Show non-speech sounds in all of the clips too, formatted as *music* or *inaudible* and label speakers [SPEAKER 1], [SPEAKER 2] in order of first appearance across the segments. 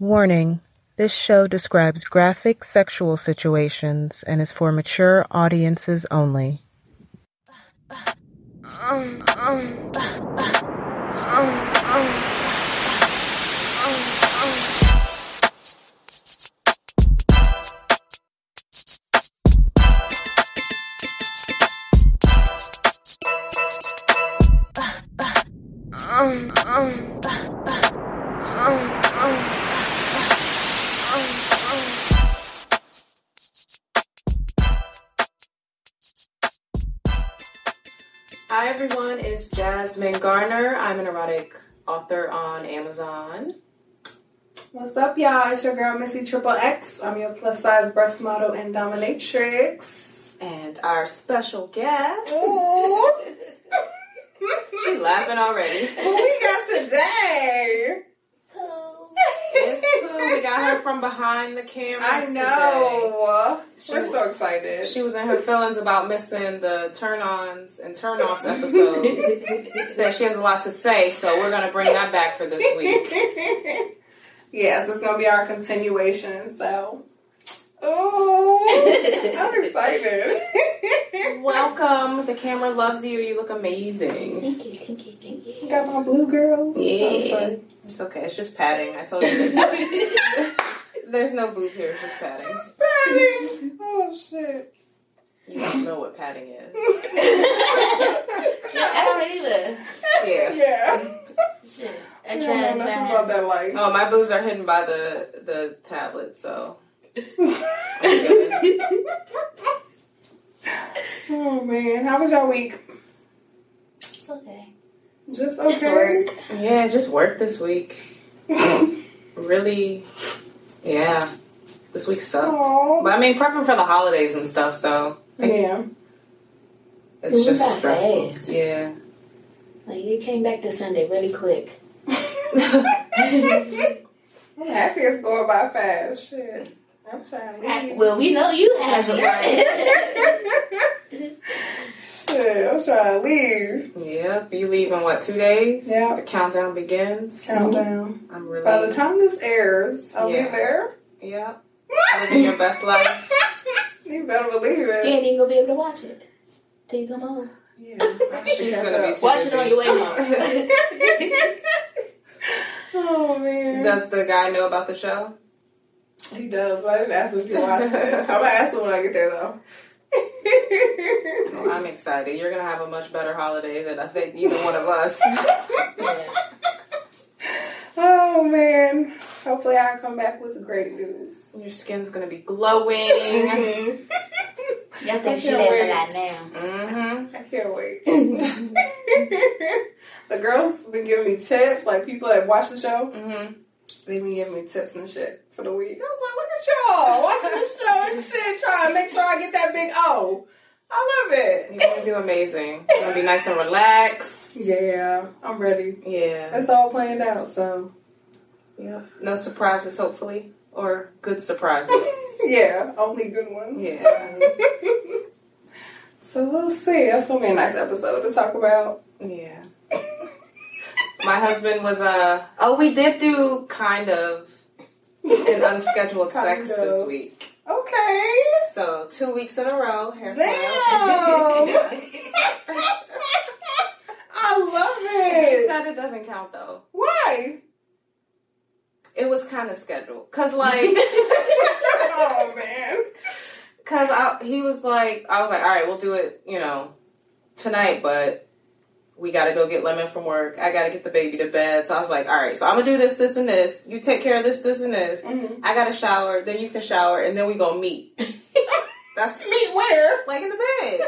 [SPEAKER 1] Warning: This show describes graphic sexual situations and is for mature audiences only. Hi everyone, it's Jasmine Garner. I'm an erotic author on Amazon.
[SPEAKER 2] What's up, y'all? It's your girl Missy Triple X. I'm your plus size breast model and dominatrix.
[SPEAKER 1] And our special guest. She laughing already.
[SPEAKER 2] Who we got today?
[SPEAKER 1] It's cool. We got her from behind the camera.
[SPEAKER 2] I know.
[SPEAKER 1] She-
[SPEAKER 2] We're so excited.
[SPEAKER 1] She was in her feelings about missing the turn ons and turn offs
[SPEAKER 2] *laughs*
[SPEAKER 1] episode. Said she has a lot to say, so we're going to bring that back for this week.
[SPEAKER 2] yes, it's gonna be our continuation. So, oh, I'm excited.
[SPEAKER 1] Welcome. The camera loves you. You look amazing.
[SPEAKER 3] Thank you, thank you, thank you.
[SPEAKER 2] got my blue girls. Oh, I'm
[SPEAKER 1] Yeah.
[SPEAKER 2] sorry.
[SPEAKER 1] It's okay. It's just padding. I told you. There's, *laughs* there's no boob here. It's just padding.
[SPEAKER 2] *laughs* It's padding. Oh shit.
[SPEAKER 1] You don't know what padding is.
[SPEAKER 3] I don't either.
[SPEAKER 1] Yeah.
[SPEAKER 2] *laughs* yeah.
[SPEAKER 3] Shit.
[SPEAKER 2] I
[SPEAKER 3] I
[SPEAKER 2] don't know
[SPEAKER 3] tried
[SPEAKER 2] nothing
[SPEAKER 3] if I
[SPEAKER 2] about
[SPEAKER 3] had.
[SPEAKER 2] that life.
[SPEAKER 1] Oh, my boobs are hidden by the, the tablet, so.
[SPEAKER 2] *laughs* oh man, how was your week?
[SPEAKER 3] It's okay.
[SPEAKER 2] Just okay.
[SPEAKER 3] Just work.
[SPEAKER 1] Yeah, just work this week. Really, yeah. This week sucked.
[SPEAKER 2] Aw. *laughs*
[SPEAKER 1] But I mean, prepping for the holidays and stuff, so
[SPEAKER 2] Yeah. *laughs*
[SPEAKER 1] it's
[SPEAKER 3] Moving
[SPEAKER 1] just
[SPEAKER 3] by
[SPEAKER 1] stressful.
[SPEAKER 3] fast.
[SPEAKER 1] Yeah.
[SPEAKER 3] Like you came back to Sunday really quick.
[SPEAKER 2] I'm happy it's going by fast. Shit. I'm trying to
[SPEAKER 3] I-
[SPEAKER 2] leave.
[SPEAKER 3] well, we know you *laughs* haven't.
[SPEAKER 2] *laughs* Shit, I'm trying to leave.
[SPEAKER 1] yep. You leave in what two days?
[SPEAKER 2] Yeah.
[SPEAKER 1] The countdown begins.
[SPEAKER 2] Countdown.
[SPEAKER 1] I'm really.
[SPEAKER 2] By the time this airs, I'll
[SPEAKER 1] Yeah. *laughs*
[SPEAKER 2] be there.
[SPEAKER 1] yeah. Living your best life.
[SPEAKER 2] you better believe
[SPEAKER 3] you
[SPEAKER 2] it.
[SPEAKER 3] ain't even gonna be able to watch it till you come home.
[SPEAKER 1] She's gonna be too
[SPEAKER 3] Watch
[SPEAKER 1] busy.
[SPEAKER 3] it on your way home.
[SPEAKER 2] *laughs* oh
[SPEAKER 1] *laughs*
[SPEAKER 2] man.
[SPEAKER 1] Does the guy know about the show?
[SPEAKER 2] He does, but I didn't ask him if he watched it. I'm gonna ask him when I get
[SPEAKER 1] *laughs*
[SPEAKER 2] there though. *laughs*
[SPEAKER 1] Well, I'm excited. You're gonna have a much better holiday than I think either one of us.
[SPEAKER 3] yeah.
[SPEAKER 2] oh man. Hopefully I come back with great
[SPEAKER 1] *laughs*
[SPEAKER 2] news.
[SPEAKER 1] *laughs* Your skin's gonna be glowing.
[SPEAKER 3] Mhm. Y'all
[SPEAKER 2] I
[SPEAKER 3] think she
[SPEAKER 2] can't
[SPEAKER 3] laughs
[SPEAKER 2] wait.
[SPEAKER 3] a lot now.
[SPEAKER 1] Mm-hmm.
[SPEAKER 2] I can't wait. *laughs* the girls been giving me tips, like people that watch the show,
[SPEAKER 1] Mm-hmm.
[SPEAKER 2] they've been giving me tips and shit for the week. I was like, look at y'all watching the show *laughs* and shit, trying to make sure I get that big O. I love it.
[SPEAKER 1] You're gonna do amazing. You're gonna be nice and relaxed.
[SPEAKER 2] Yeah, I'm ready.
[SPEAKER 1] Yeah.
[SPEAKER 2] It's all planned out, so
[SPEAKER 1] Yeah. No surprises, hopefully, or good *laughs* surprises.
[SPEAKER 2] *laughs* yeah, only good ones.
[SPEAKER 1] Yeah.
[SPEAKER 2] *laughs* so we'll see. That's gonna be a nice episode to talk about. *laughs*
[SPEAKER 1] Yeah. My husband was Uh, oh, we did do kind of *laughs* an unscheduled sex
[SPEAKER 2] Kind of.
[SPEAKER 1] this week.
[SPEAKER 2] Okay. *laughs*
[SPEAKER 1] So two weeks in a row. Hair *laughs*
[SPEAKER 2] Damn. I
[SPEAKER 1] he
[SPEAKER 2] love it.
[SPEAKER 1] said it doesn't count though.
[SPEAKER 2] Why?
[SPEAKER 1] It was kind of scheduled, cause like,
[SPEAKER 2] oh man.
[SPEAKER 1] cause I, he was like, I was like, all right, we'll do it, you know, tonight, but we gotta go get Lemon from work. I gotta get the baby to bed. So I was like, all right, so I'm gonna do this, this, and this. You take care of this, this, and this.
[SPEAKER 2] Mm-hmm.
[SPEAKER 1] I gotta shower, then you can shower, and then we gonna meet. *laughs* That's
[SPEAKER 2] Meet where?
[SPEAKER 1] like in the bed.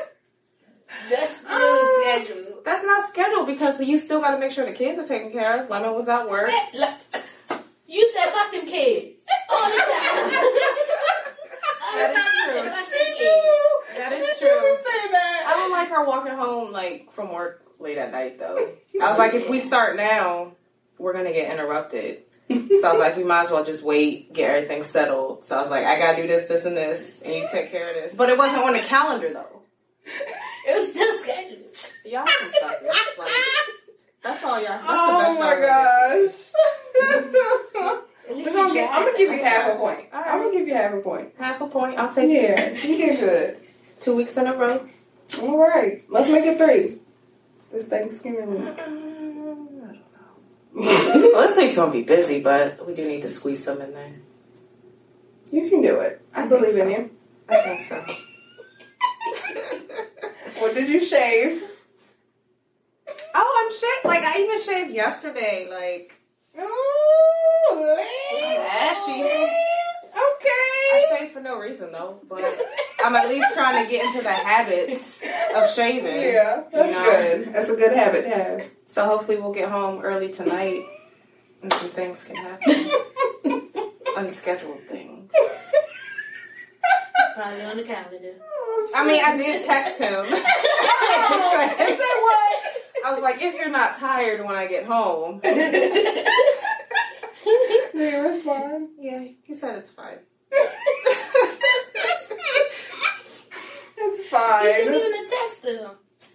[SPEAKER 3] That's still
[SPEAKER 2] Um,
[SPEAKER 3] scheduled.
[SPEAKER 1] That's not scheduled because you still gotta make sure the kids are taken care of. Lemon was at work.
[SPEAKER 3] Man, look, You said fuck them kids
[SPEAKER 2] *laughs*
[SPEAKER 3] all the time.
[SPEAKER 1] That is true.
[SPEAKER 2] She do.
[SPEAKER 1] That
[SPEAKER 2] she
[SPEAKER 1] is
[SPEAKER 2] do
[SPEAKER 1] true.
[SPEAKER 2] be saying
[SPEAKER 1] I
[SPEAKER 2] that.
[SPEAKER 1] don't
[SPEAKER 2] *laughs*
[SPEAKER 1] like her walking home like from work late at night though. I was like, if we start now, we're gonna get interrupted. So I was
[SPEAKER 2] *laughs*
[SPEAKER 1] like, we might as well just wait, get everything settled. So I was like, I gotta do this, this, and this, and you take care of this. But it wasn't on the calendar though.
[SPEAKER 3] It was still scheduled.
[SPEAKER 1] Y'all can stop this. Like, that's all y'all. That's the
[SPEAKER 2] oh
[SPEAKER 1] best
[SPEAKER 2] my
[SPEAKER 1] *laughs* y'all
[SPEAKER 2] gosh.
[SPEAKER 3] At
[SPEAKER 2] We're
[SPEAKER 3] least
[SPEAKER 2] gonna gonna get, I'm gonna give you half a point.
[SPEAKER 1] All
[SPEAKER 2] I'm gonna give you half a point.
[SPEAKER 1] Half a point. I'll take it.
[SPEAKER 2] Yeah, you did good.
[SPEAKER 1] Two weeks in a row.
[SPEAKER 2] All right, let's make it three. This Thanksgiving
[SPEAKER 1] *laughs*
[SPEAKER 2] week. you
[SPEAKER 1] Well, this week's gonna be busy, but we do need to squeeze some in there.
[SPEAKER 2] can do it. I,
[SPEAKER 1] I think
[SPEAKER 2] believe
[SPEAKER 1] so.
[SPEAKER 2] in you.
[SPEAKER 1] I think so.
[SPEAKER 2] What did you shave?
[SPEAKER 4] Oh, I'm shit. Like I even shaved yesterday. Like
[SPEAKER 2] Ooh, lame.
[SPEAKER 4] Ashy.
[SPEAKER 1] I
[SPEAKER 2] Okay.
[SPEAKER 1] shave for no reason though, but I'm at least trying to get into the habits of shaving.
[SPEAKER 2] Yeah, that's
[SPEAKER 1] You know?
[SPEAKER 2] good. That's a good habit to have.
[SPEAKER 1] So hopefully we'll get home early tonight and some things can happen. *laughs* Unscheduled things.
[SPEAKER 3] Probably on the calendar. *laughs*
[SPEAKER 1] I mean, I
[SPEAKER 2] *laughs*
[SPEAKER 1] did text him.
[SPEAKER 2] Is that
[SPEAKER 3] *laughs*
[SPEAKER 1] I was like, if you're not tired when I get *laughs* home.
[SPEAKER 2] what? Did he respond?
[SPEAKER 1] *laughs* Yeah, he said it's fine.
[SPEAKER 2] It's
[SPEAKER 3] You shouldn't
[SPEAKER 2] fine.
[SPEAKER 3] even have text them.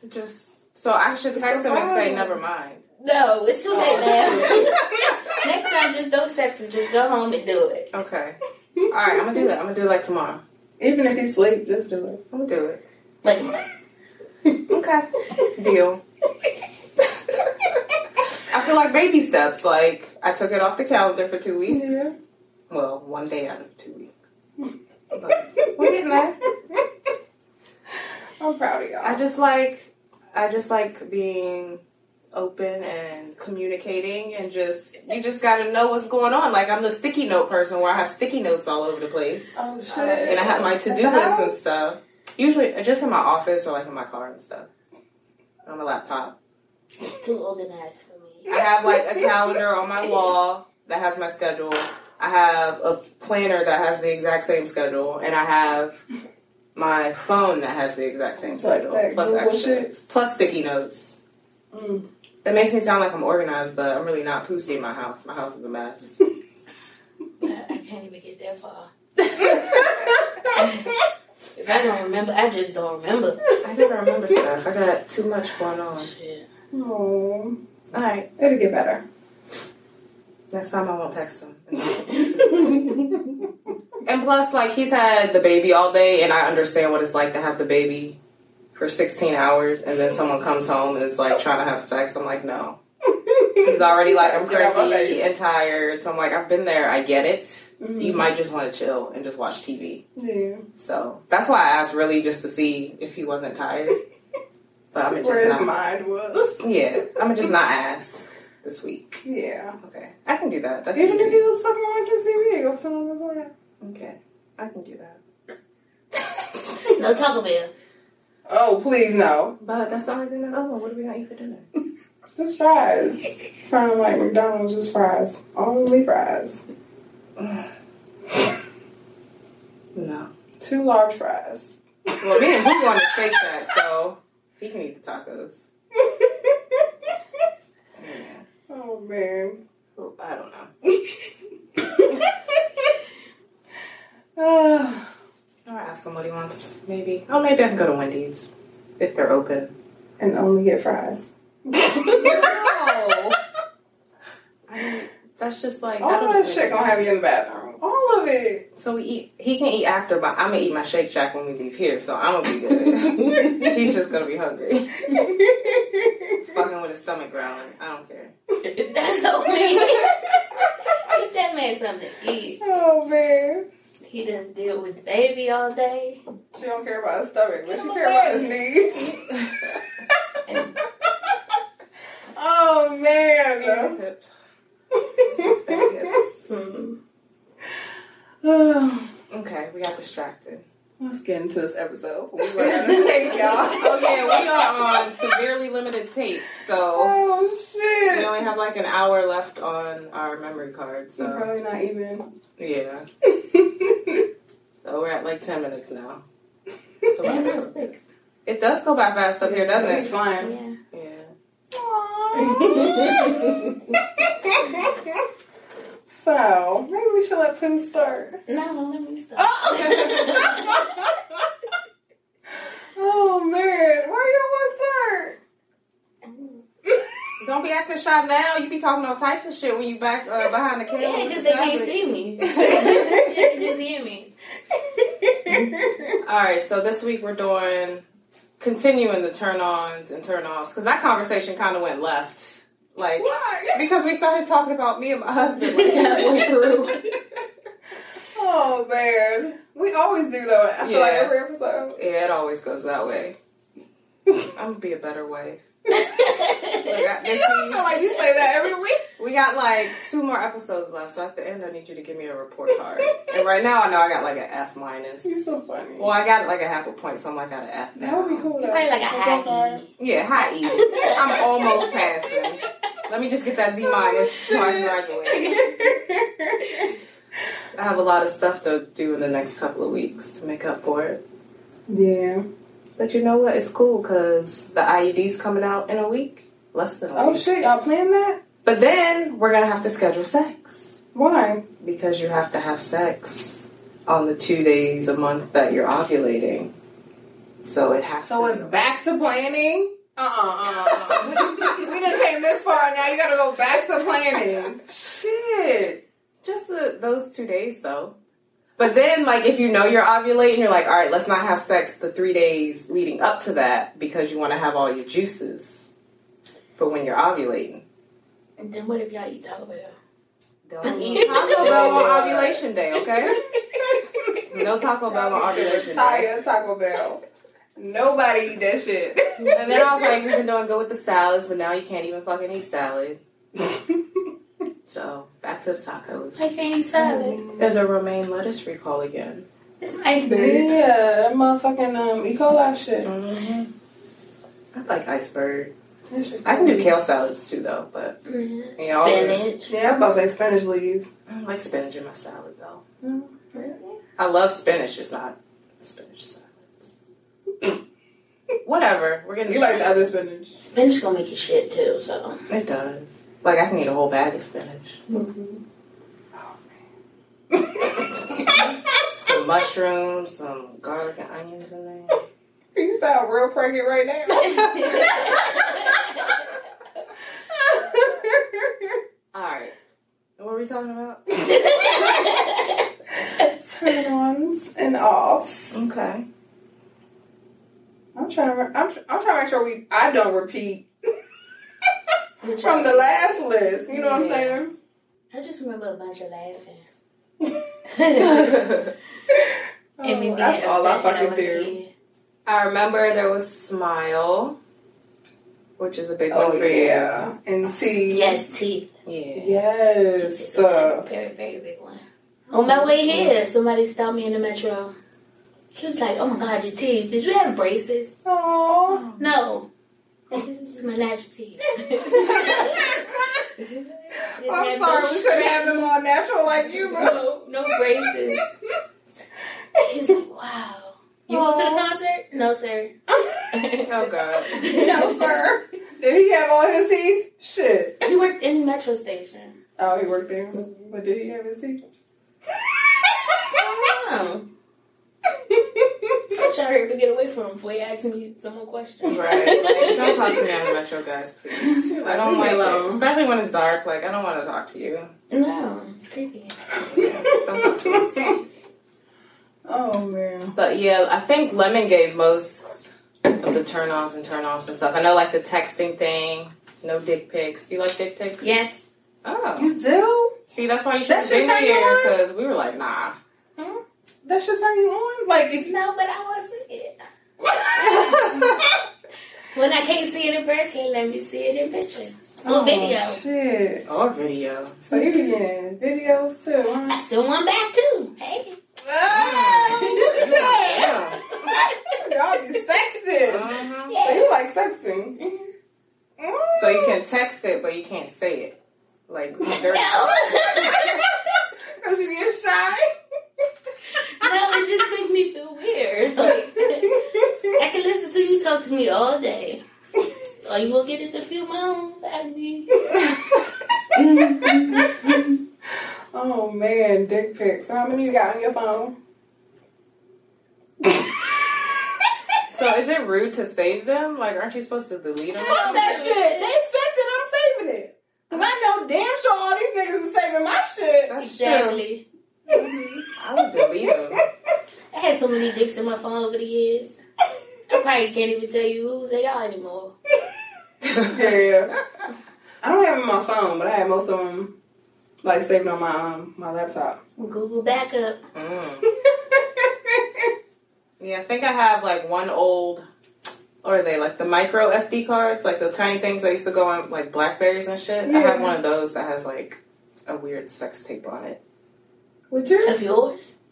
[SPEAKER 1] Just so I should text him and say never mind.
[SPEAKER 3] No, it's too late
[SPEAKER 1] Oh.
[SPEAKER 3] now. *laughs* Next time, just don't text them. Just go home and do it.
[SPEAKER 1] Okay. All right, I'm gonna do that. I'm gonna do it like tomorrow.
[SPEAKER 2] Even if he's late, just do it.
[SPEAKER 1] I'm gonna do it.
[SPEAKER 3] Like,
[SPEAKER 1] Okay. Deal. I feel like baby steps. Like I took it off the calendar for two weeks.
[SPEAKER 2] Yeah.
[SPEAKER 1] Well, one day out of two weeks. *laughs* But we're getting there.
[SPEAKER 2] *laughs* I'm proud of
[SPEAKER 1] I
[SPEAKER 2] y'all.
[SPEAKER 1] just like I just like being open and communicating and just you just gotta know what's going on. Like I'm the sticky note person where I have sticky notes all over the place.
[SPEAKER 2] Oh shit!
[SPEAKER 1] and I have my to do
[SPEAKER 2] At the
[SPEAKER 1] list and
[SPEAKER 2] house?
[SPEAKER 1] stuff. Usually, just in my office or like in my car and stuff. On my laptop,
[SPEAKER 3] it's too organized for me.
[SPEAKER 1] I have like a calendar on my wall that has my schedule. I have a planner that has the exact same schedule, and I have my phone that has the exact same
[SPEAKER 2] It's like
[SPEAKER 1] schedule
[SPEAKER 2] that
[SPEAKER 1] plus
[SPEAKER 2] Google
[SPEAKER 1] extra plus sticky notes.
[SPEAKER 2] *laughs* Mm.
[SPEAKER 1] That makes me sound like I'm organized, but I'm really not poosy in my house. My house is a
[SPEAKER 2] *laughs*
[SPEAKER 1] mess.
[SPEAKER 3] I, I can't even get that far. If I don't remember, I just don't remember.
[SPEAKER 1] I never remember stuff. I got too much going on.
[SPEAKER 3] Shit.
[SPEAKER 2] Oh,
[SPEAKER 1] All right,
[SPEAKER 2] it'll get better.
[SPEAKER 1] next time I won't text him. *laughs*
[SPEAKER 3] That's
[SPEAKER 1] And plus, like, he's had the baby all day, and I understand what it's like to have the baby for 16 hours, and then someone comes home and is like trying to have sex. I'm like, no. He's already like, I'm
[SPEAKER 2] Get out my
[SPEAKER 1] cranky
[SPEAKER 2] face.
[SPEAKER 1] and tired. So I'm like, I've been there. I get it.
[SPEAKER 2] Mm.
[SPEAKER 1] You might just want to chill and just watch TV.
[SPEAKER 2] Yeah.
[SPEAKER 1] So that's why I asked really just to see if he wasn't tired. But I'm
[SPEAKER 2] Where
[SPEAKER 1] just
[SPEAKER 2] his
[SPEAKER 1] not.
[SPEAKER 2] mind was.
[SPEAKER 1] Yeah, I'm just not ask this week.
[SPEAKER 2] Yeah.
[SPEAKER 1] Okay, I can do that. That's
[SPEAKER 2] Even if
[SPEAKER 1] easy.
[SPEAKER 2] he was fucking watching TV, go sit on his lap.
[SPEAKER 1] Okay, I can do *laughs* that.
[SPEAKER 3] no Taco Bell. *laughs*
[SPEAKER 2] Oh, please no.
[SPEAKER 1] But that's the only thing that's open. What are we gonna eat for dinner?
[SPEAKER 2] Just fries. From like McDonald's, just fries. Only fries.
[SPEAKER 1] *laughs* No.
[SPEAKER 2] Two large fries. *laughs*
[SPEAKER 1] Well, me and Boo going to Shake Shack, so he can eat the tacos.
[SPEAKER 2] oh man. *sighs*
[SPEAKER 1] Oh, I don't know.
[SPEAKER 2] Ah.
[SPEAKER 1] Or ask him what he wants, maybe. Oh, maybe I can go to Wendy's if they're *laughs* open.
[SPEAKER 2] and only get fries.
[SPEAKER 1] No. I, that's just like I
[SPEAKER 2] All
[SPEAKER 1] don't
[SPEAKER 2] that
[SPEAKER 1] think-
[SPEAKER 2] shit gonna have you in the bathroom. All of
[SPEAKER 1] *laughs*
[SPEAKER 2] it. *laughs*
[SPEAKER 1] So we eat. He can eat after, but I'm gonna eat my Shake Shack when we leave here, so I'm *laughs* gonna be good. He's just gonna be hungry, fucking with his stomach growling. I don't care.
[SPEAKER 3] That's so *laughs* mean. Get that man something to eat.
[SPEAKER 2] oh man.
[SPEAKER 3] He done deal with the baby all day.
[SPEAKER 2] She don't care about his stomach, but she
[SPEAKER 3] I'm
[SPEAKER 2] care about his knees. oh
[SPEAKER 1] And
[SPEAKER 2] man.
[SPEAKER 1] his hips, big
[SPEAKER 2] Oh,
[SPEAKER 1] hips.
[SPEAKER 3] Hmm.
[SPEAKER 1] *laughs* Okay, we got distracted.
[SPEAKER 2] *sighs* Let's get into this episode. We're gonna *laughs* take y'all.
[SPEAKER 1] Oh yeah, we are on severely limited tape, so
[SPEAKER 2] Oh
[SPEAKER 1] we
[SPEAKER 2] shit.
[SPEAKER 1] only have like an hour left on our memory card. So
[SPEAKER 2] Probably not *laughs* even.
[SPEAKER 1] yeah, so we're at like ten minutes now. So we're-
[SPEAKER 3] Damn, that was *laughs* quick.
[SPEAKER 1] it does go by fast up here, doesn't
[SPEAKER 2] It's
[SPEAKER 1] it?
[SPEAKER 2] fine.
[SPEAKER 3] Yeah. *laughs*
[SPEAKER 1] Yeah.
[SPEAKER 2] *laughs* So maybe we should let Pooh *laughs* start.
[SPEAKER 3] no, let me stop.
[SPEAKER 2] oh man, why you want to start? *laughs*
[SPEAKER 1] Don't be acting shy now. You be talking all types of shit when you back uh, behind the camera.
[SPEAKER 3] *laughs* Yeah, because they can't see me.
[SPEAKER 1] All right, so this week we're doing continuing the turn ons and turn offs because that conversation kind of went left. Like,
[SPEAKER 2] Why?
[SPEAKER 1] because we started talking about me and my husband
[SPEAKER 2] *laughs*
[SPEAKER 1] like halfway through.
[SPEAKER 2] Oh man, we always do though. I feel like
[SPEAKER 1] Yeah.
[SPEAKER 2] every episode.
[SPEAKER 1] Yeah, it always goes that way. I'm gonna be a better wife. Like, I-
[SPEAKER 2] You
[SPEAKER 1] this
[SPEAKER 2] don't
[SPEAKER 1] week-
[SPEAKER 2] feel like you say that every week.
[SPEAKER 1] we got like two more episodes left, so at the end, I need you to give me a report card. and right now, I know I got like an F minus.
[SPEAKER 2] You're so funny.
[SPEAKER 1] Well, I got like a half a point, so I'm like at an F.
[SPEAKER 2] That would be cool. Though.
[SPEAKER 3] Probably like a high E.
[SPEAKER 1] Yeah, high E. I'm almost passing. Let me just get that D minus so I can graduate. I have a lot of stuff to do in the next couple of weeks to make up for it.
[SPEAKER 2] *laughs* yeah.
[SPEAKER 1] But you know what? It's cool because the IUD's coming out in a week, less than a
[SPEAKER 2] Oh
[SPEAKER 1] week.
[SPEAKER 2] shit, y'all playing that?
[SPEAKER 1] But then we're gonna have to schedule sex
[SPEAKER 2] Why?
[SPEAKER 1] because you have to have sex on the two days a month that you're ovulating. So it has.
[SPEAKER 2] So
[SPEAKER 1] to
[SPEAKER 2] it's back to planning. Uh uh *laughs* uh. *laughs* We done came this far. Now you gotta go back to planning. *laughs* Shit.
[SPEAKER 1] just the, those two days though. But then, like, if you know you're ovulating, you're like, all right, let's not have sex the three days leading up to that because you want to have all your juices for when you're ovulating.
[SPEAKER 3] And then what if y'all eat Taco Bell?
[SPEAKER 1] Don't *laughs* eat Taco Bell on ovulation day, okay? *laughs* No Taco Bell on ovulation day.
[SPEAKER 2] Retire Taco Bell. Nobody eat that shit.
[SPEAKER 1] And then I was like, we've been doing good with the salads, but now you can't even fucking eat salad. So back to the
[SPEAKER 3] I
[SPEAKER 1] tacos.
[SPEAKER 3] can't eat salad.
[SPEAKER 1] There's a romaine lettuce recall again.
[SPEAKER 3] It's an iceberg.
[SPEAKER 2] yeah, that motherfucking um, E. coli shit.
[SPEAKER 1] Mm-hmm. I like iceberg.
[SPEAKER 2] That shit
[SPEAKER 1] I can do kale salads too, though. But
[SPEAKER 2] Mm-hmm.
[SPEAKER 3] Mhm.
[SPEAKER 1] Yeah, all good.
[SPEAKER 3] Spinach.
[SPEAKER 2] Yeah, I'm about to say Spanish leaves.
[SPEAKER 1] I don't like spinach in my salad, though.
[SPEAKER 3] Really?
[SPEAKER 1] I love spinach, just not spinach salads. *laughs* Whatever. We're getting
[SPEAKER 2] You like the other spinach?
[SPEAKER 3] Spinach gonna make you shit too, so.
[SPEAKER 1] It does. Like I can eat a whole bag of spinach.
[SPEAKER 2] Mm-hmm.
[SPEAKER 3] Mhm.
[SPEAKER 1] Some mushrooms, some garlic and onions in there.
[SPEAKER 2] *laughs* You sound real pregnant right now.
[SPEAKER 1] All right. What were we talking about?
[SPEAKER 2] Turn ons and offs.
[SPEAKER 1] Okay.
[SPEAKER 2] I'm trying to. I'm, tr- I'm trying to make sure we. I don't repeat *laughs* *laughs*
[SPEAKER 3] Which
[SPEAKER 2] from the
[SPEAKER 3] one?
[SPEAKER 2] last list. You know what I'm saying?
[SPEAKER 3] I just remember a bunch of laughing.
[SPEAKER 2] Oh,
[SPEAKER 3] and me being
[SPEAKER 2] that's all I
[SPEAKER 3] upset that
[SPEAKER 2] fucking
[SPEAKER 3] wasn't
[SPEAKER 2] do.
[SPEAKER 3] here.
[SPEAKER 1] *laughs* I remember there was smile, which is a big one
[SPEAKER 2] Oh
[SPEAKER 1] for
[SPEAKER 2] yeah, and see.
[SPEAKER 3] Yes,
[SPEAKER 1] you. Yeah.
[SPEAKER 3] teeth.
[SPEAKER 2] *laughs* Yes. Uh,
[SPEAKER 3] very, very big one. On my way here, somebody stopped me in the metro. She was like, "Oh my God, your teeth! Did you have braces?"
[SPEAKER 2] aw.
[SPEAKER 3] *laughs* No. This is my natural teeth.
[SPEAKER 2] I'm sorry, we couldn't have them all natural like you, bro.
[SPEAKER 3] *laughs* No,
[SPEAKER 2] *laughs*
[SPEAKER 3] no braces. She was like, "Wow, you went to the concert?" No, sir. "Ah."
[SPEAKER 1] Oh god.
[SPEAKER 2] no, sir. Did he have all his teeth? Shit.
[SPEAKER 3] *laughs* He worked in the metro station.
[SPEAKER 2] Oh, he worked there.
[SPEAKER 3] Mhm.
[SPEAKER 2] But did he have his teeth?
[SPEAKER 3] Oh, I tried to get away from him before he asked me some more questions.
[SPEAKER 1] Right. Like, don't talk to me on the metro, guys, please. I don't like it, especially when it's dark. Like I don't want to talk to you.
[SPEAKER 3] *laughs* No, it's creepy.
[SPEAKER 1] Don't talk to us.
[SPEAKER 2] *laughs* Oh man.
[SPEAKER 1] But yeah, I think Lemon gave most of the turn-ons and turn-offs and stuff. I know like the texting thing, no dick pics. Do you like dick pics?
[SPEAKER 3] Yes.
[SPEAKER 1] Oh,
[SPEAKER 2] You do?
[SPEAKER 1] see, that's why you should
[SPEAKER 2] That
[SPEAKER 1] have
[SPEAKER 2] should
[SPEAKER 1] been
[SPEAKER 2] turn you
[SPEAKER 1] here
[SPEAKER 2] on?
[SPEAKER 1] because we were like, nah.
[SPEAKER 2] That should turn you on? Like
[SPEAKER 3] *laughs*
[SPEAKER 2] if
[SPEAKER 3] No, but I want to see it. When I can't see it in person, let me see it in picture. Or video.
[SPEAKER 2] Oh, shit.
[SPEAKER 1] or video.
[SPEAKER 2] So you began videos too, huh?
[SPEAKER 3] I still want back too. Hey.
[SPEAKER 2] Ah,
[SPEAKER 1] Yeah.
[SPEAKER 2] look at that. Y'all be sexting.
[SPEAKER 1] Mhm.
[SPEAKER 2] So
[SPEAKER 3] *laughs* Yeah.
[SPEAKER 2] you like sexting?
[SPEAKER 3] Mhm.
[SPEAKER 1] So you can text it, but you can't say it. Like, dirty.
[SPEAKER 2] *laughs* Cause you get shy. *laughs*
[SPEAKER 3] No. *laughs* no, it just makes me feel weird. Like, I can listen to you talk to me all day. All you will get is a few moans out of me.
[SPEAKER 2] oh man, dick pics. How many you got on your phone?
[SPEAKER 1] so is it rude to save them? Like, aren't you supposed to delete them? *laughs*
[SPEAKER 2] Fuck that shit. They sent it. I'm saving it. Cause I know damn sure all these niggas is saving my shit.
[SPEAKER 1] That's true.
[SPEAKER 3] Exactly.
[SPEAKER 1] I would delete them.
[SPEAKER 3] I had so many dicks in my phone over the years. I probably can't even tell you who's they are anymore.
[SPEAKER 2] yeah. I don't have them on my phone, but I have most of them like saved on my um, my laptop.
[SPEAKER 3] Google backup.
[SPEAKER 1] *laughs* Mm. Yeah, I think I have like one old, or are they like the micro SD cards, like the tiny things that used to go on like Blackberries and shit. I have
[SPEAKER 2] Yeah.
[SPEAKER 1] one of those that has like a weird sex tape on it.
[SPEAKER 2] Would you?
[SPEAKER 4] *laughs*
[SPEAKER 3] Of yours?
[SPEAKER 2] *laughs*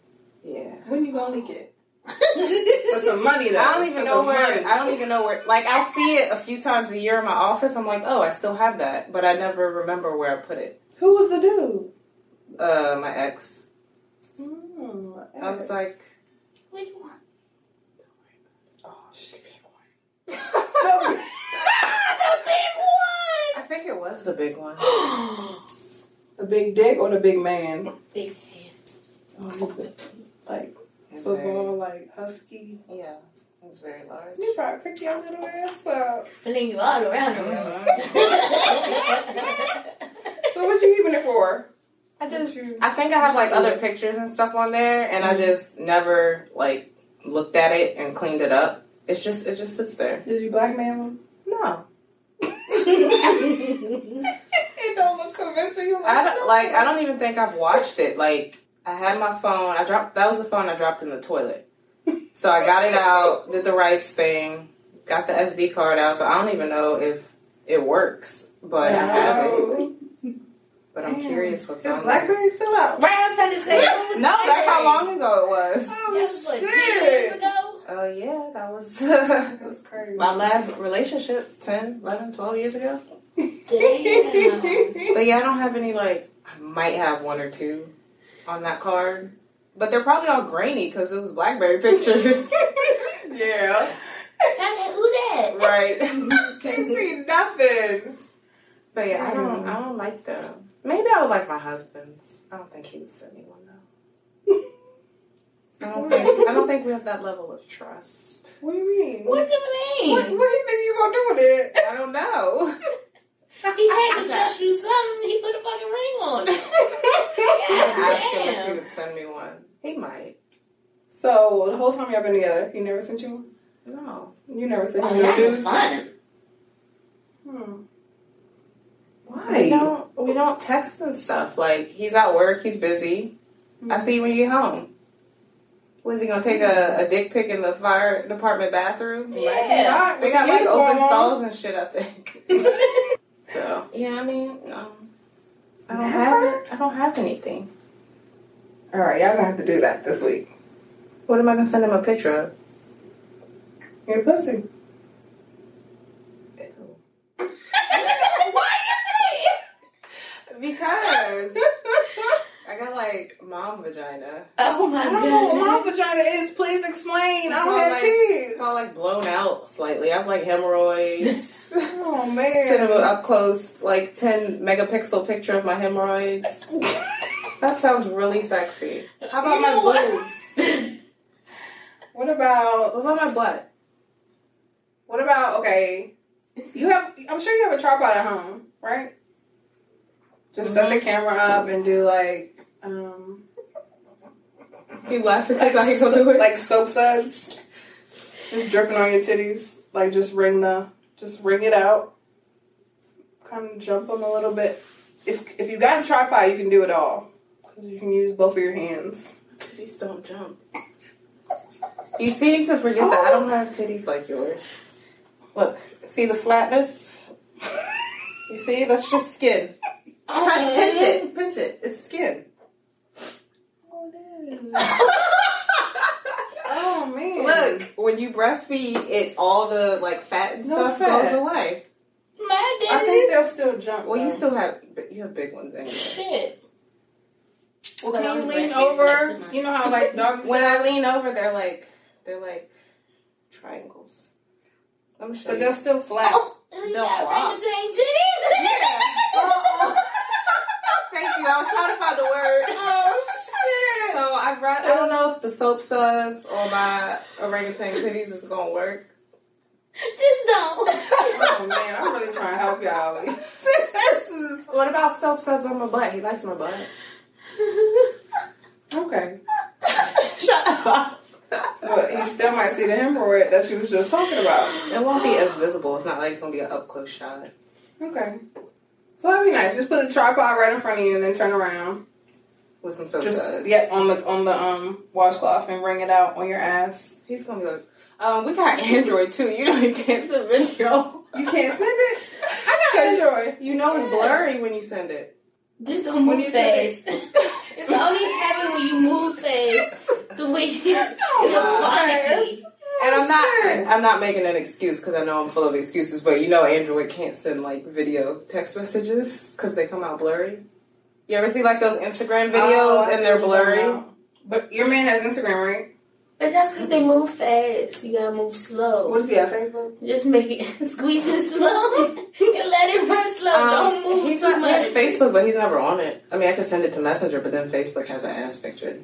[SPEAKER 1] Yeah.
[SPEAKER 2] When you gonna leak it? For
[SPEAKER 3] What's
[SPEAKER 2] some money though.
[SPEAKER 1] I don't
[SPEAKER 2] For
[SPEAKER 1] even know
[SPEAKER 2] some
[SPEAKER 1] where.
[SPEAKER 2] money.
[SPEAKER 1] I don't even know where. Like I see it a few times a year in my office. I'm like, oh, I still have that, but I never remember where I put it.
[SPEAKER 2] Who was the dude?
[SPEAKER 1] Uh, my ex.
[SPEAKER 2] Mm,
[SPEAKER 1] I was
[SPEAKER 2] *laughs*
[SPEAKER 1] like,
[SPEAKER 3] What you want?
[SPEAKER 1] oh shit.
[SPEAKER 2] the,
[SPEAKER 1] I think it was the big one.
[SPEAKER 2] the big dick or the big man?
[SPEAKER 3] *gasps* Big fan.
[SPEAKER 2] What is it? Like
[SPEAKER 1] It was very,
[SPEAKER 2] football, like husky.
[SPEAKER 1] yeah, it was very
[SPEAKER 2] *laughs*
[SPEAKER 1] large.
[SPEAKER 2] You probably pick your little ass up.
[SPEAKER 3] Filling you all around the room.
[SPEAKER 4] Mm-hmm.
[SPEAKER 3] *laughs*
[SPEAKER 2] *laughs* So what you even it for?
[SPEAKER 1] I just
[SPEAKER 2] What you-
[SPEAKER 1] I think I have like other pictures and stuff on there, and
[SPEAKER 2] Mm-hmm.
[SPEAKER 1] I just never like looked at it and cleaned it up. It's just it just sits there.
[SPEAKER 2] Did you blackmail him?
[SPEAKER 1] No,
[SPEAKER 2] *laughs* It don't look convincing.
[SPEAKER 1] *laughs*
[SPEAKER 2] You're
[SPEAKER 1] I don't like. I don't even think I've watched it. Like I had my phone. I dropped. That was the phone I dropped in the
[SPEAKER 2] *laughs*
[SPEAKER 1] toilet. So I got it out. Did the rice thing. Got the SD card out. So I don't even know if it works, but I have it.
[SPEAKER 2] Oh.
[SPEAKER 1] But I'm
[SPEAKER 2] Damn.
[SPEAKER 1] curious what's
[SPEAKER 2] Is
[SPEAKER 1] on there.
[SPEAKER 2] Blackberry still out?
[SPEAKER 4] Right, I was about to say. what was
[SPEAKER 1] No, that's how
[SPEAKER 4] Blackberry?
[SPEAKER 1] long ago it was.
[SPEAKER 3] That was what,
[SPEAKER 2] Oh,
[SPEAKER 3] 10 years
[SPEAKER 2] shit.
[SPEAKER 3] ago?
[SPEAKER 1] Oh yeah, that was. *laughs*
[SPEAKER 2] That's crazy.
[SPEAKER 1] My last relationship 10, 11, 12 years ago.
[SPEAKER 3] Damn.
[SPEAKER 1] But yeah, I don't have any, like, I might have one or two on that card. But they're probably all grainy because it was Blackberry *laughs* pictures.
[SPEAKER 2] *laughs* yeah.
[SPEAKER 3] That- Who that?
[SPEAKER 1] right. *laughs*
[SPEAKER 2] Can't see nothing.
[SPEAKER 1] But yeah, I don't, I don't like them. Maybe I would like my husband's. I don't think he would send me one, though. I don't think, I don't think we have that level of trust.
[SPEAKER 2] What do you mean?
[SPEAKER 3] What do you
[SPEAKER 2] What, what do
[SPEAKER 3] mean?
[SPEAKER 2] you think you gonna do with it?
[SPEAKER 1] I don't know. *laughs*
[SPEAKER 3] He had to trust you something. He put a fucking ring on
[SPEAKER 2] *laughs*
[SPEAKER 3] it.
[SPEAKER 1] Ask him if he
[SPEAKER 3] God damn.
[SPEAKER 1] would send me one. He might.
[SPEAKER 2] So the whole time y'all been together, he never sent you one.
[SPEAKER 1] No.
[SPEAKER 2] You never sent
[SPEAKER 3] Oh,
[SPEAKER 2] him no
[SPEAKER 3] that
[SPEAKER 2] dudes.
[SPEAKER 3] was fun.
[SPEAKER 2] Hmm.
[SPEAKER 1] We
[SPEAKER 2] Why?
[SPEAKER 1] don't we don't text and stuff. Like he's at work, he's busy. I see you when you get home. Was he gonna take a, a dick pic in the fire department bathroom?
[SPEAKER 3] Yeah.
[SPEAKER 1] They got like open stalls and shit, I think. *laughs* so yeah, I mean, um, I don't have it. I don't have anything.
[SPEAKER 2] *laughs* All right, y'all gonna have to do that this week.
[SPEAKER 1] What am I gonna send him a picture of?
[SPEAKER 2] Your pussy. *laughs*
[SPEAKER 3] Why
[SPEAKER 2] *laughs*
[SPEAKER 1] Because
[SPEAKER 2] I
[SPEAKER 1] I got like mom vagina.
[SPEAKER 3] Oh my
[SPEAKER 2] don't know what
[SPEAKER 3] god.
[SPEAKER 2] my vagina is. Please explain. I
[SPEAKER 1] It's
[SPEAKER 2] don't
[SPEAKER 1] all
[SPEAKER 2] have
[SPEAKER 1] like-
[SPEAKER 2] kids.
[SPEAKER 1] It's all like blown out slightly. I have like hemorrhoids. *laughs*
[SPEAKER 2] oh
[SPEAKER 1] Send him an
[SPEAKER 2] man.
[SPEAKER 1] up close, like 10 megapixel picture of my hemorrhoids. That sounds really sexy. How about
[SPEAKER 2] You
[SPEAKER 1] my
[SPEAKER 2] know what?
[SPEAKER 1] boobs?
[SPEAKER 2] *laughs* What about
[SPEAKER 1] What about my butt?
[SPEAKER 2] What about okay? You have I'm sure you have a tripod at home, right? Just set
[SPEAKER 1] Mm-hmm.
[SPEAKER 2] the camera up and do like um
[SPEAKER 1] You laugh because I can go do it.
[SPEAKER 2] like soap suds. Just dripping on your titties. Like just ring the just ring it out. Kind of jump them a little bit. If if you got a tripod, you can do it all because you can use both of your hands.
[SPEAKER 1] titties don't jump. You seem to forget that I don't have titties like yours.
[SPEAKER 2] Look, see the flatness? *laughs* You see? That's just skin.
[SPEAKER 1] *laughs* Pinch it, pinch it. It's
[SPEAKER 2] Skin. Oh man.
[SPEAKER 1] Look, when you breastfeed, it all the like fat and
[SPEAKER 2] No
[SPEAKER 1] stuff
[SPEAKER 2] fat.
[SPEAKER 1] goes away.
[SPEAKER 3] *laughs* My
[SPEAKER 2] I think
[SPEAKER 3] daddy.
[SPEAKER 2] they'll still jump.
[SPEAKER 1] Well, you
[SPEAKER 2] though.
[SPEAKER 1] still have you have big ones anyway.
[SPEAKER 3] Shit.
[SPEAKER 2] Well,
[SPEAKER 3] But
[SPEAKER 2] can
[SPEAKER 3] I'm
[SPEAKER 2] you lean
[SPEAKER 3] breastfeeding for
[SPEAKER 2] over?
[SPEAKER 3] like two
[SPEAKER 2] You know how like dogs.
[SPEAKER 1] When I lean over, they're like they're like triangles. Let me show
[SPEAKER 2] but
[SPEAKER 1] you. *laughs*
[SPEAKER 2] they're still flat.
[SPEAKER 3] Oh, you
[SPEAKER 1] No
[SPEAKER 3] got
[SPEAKER 1] flop.
[SPEAKER 3] orangutan titties? *laughs*
[SPEAKER 1] Uh-uh. Thank you. I was trying to find the word.
[SPEAKER 2] Oh shit!
[SPEAKER 1] So I've read. I don't know if the soap suds or my orangutan titties is gonna work.
[SPEAKER 3] Just
[SPEAKER 2] *laughs*
[SPEAKER 3] don't.
[SPEAKER 2] Oh man, I'm really trying to help y'all. this is
[SPEAKER 1] What about soap suds on my butt? He likes my butt.
[SPEAKER 2] okay.
[SPEAKER 3] Shut up.
[SPEAKER 2] you still might see the hemorrhoid that she was just talking about.
[SPEAKER 1] It won't be as visible. It's not like it's gonna be an up close shot.
[SPEAKER 2] Okay. So that'd be nice. Just put a tripod right in front of you and then turn around.
[SPEAKER 1] With some soap
[SPEAKER 2] Just
[SPEAKER 1] suds.
[SPEAKER 2] yeah, on the on the um washcloth and wring it out on your ass.
[SPEAKER 1] He's gonna be like, um, we got *laughs* Android too. You know you can't send video.
[SPEAKER 2] You
[SPEAKER 1] *laughs*
[SPEAKER 2] can't send it.
[SPEAKER 1] Cause
[SPEAKER 2] I got Android.
[SPEAKER 1] You know it's blurry when you send it.
[SPEAKER 3] Just don't
[SPEAKER 2] When
[SPEAKER 3] move
[SPEAKER 2] you say-
[SPEAKER 3] fast. *laughs* it's only happen when you move fast.
[SPEAKER 2] *laughs*
[SPEAKER 3] So
[SPEAKER 2] Oh
[SPEAKER 3] when you, you look funny.
[SPEAKER 1] And I'm
[SPEAKER 2] Shit.
[SPEAKER 1] not I'm not making an excuse because I know I'm full of excuses, but you know Android can't send like video text messages because they come out blurry. You ever see like those Instagram videos
[SPEAKER 2] Oh, I see
[SPEAKER 1] and they're
[SPEAKER 2] what you're talking
[SPEAKER 1] blurry?
[SPEAKER 2] about. But your man has Instagram, right?
[SPEAKER 3] But that's because they move fast. You gotta move slow.
[SPEAKER 2] What is he at Facebook?
[SPEAKER 3] Just make it *laughs* squeeze it slow and let it run slow.
[SPEAKER 1] Um,
[SPEAKER 3] Don't move
[SPEAKER 1] he's
[SPEAKER 3] too
[SPEAKER 1] not he
[SPEAKER 3] much.
[SPEAKER 1] has Facebook, but he's never on it. I mean, I could send it to Messenger, but then Facebook has an ass picture.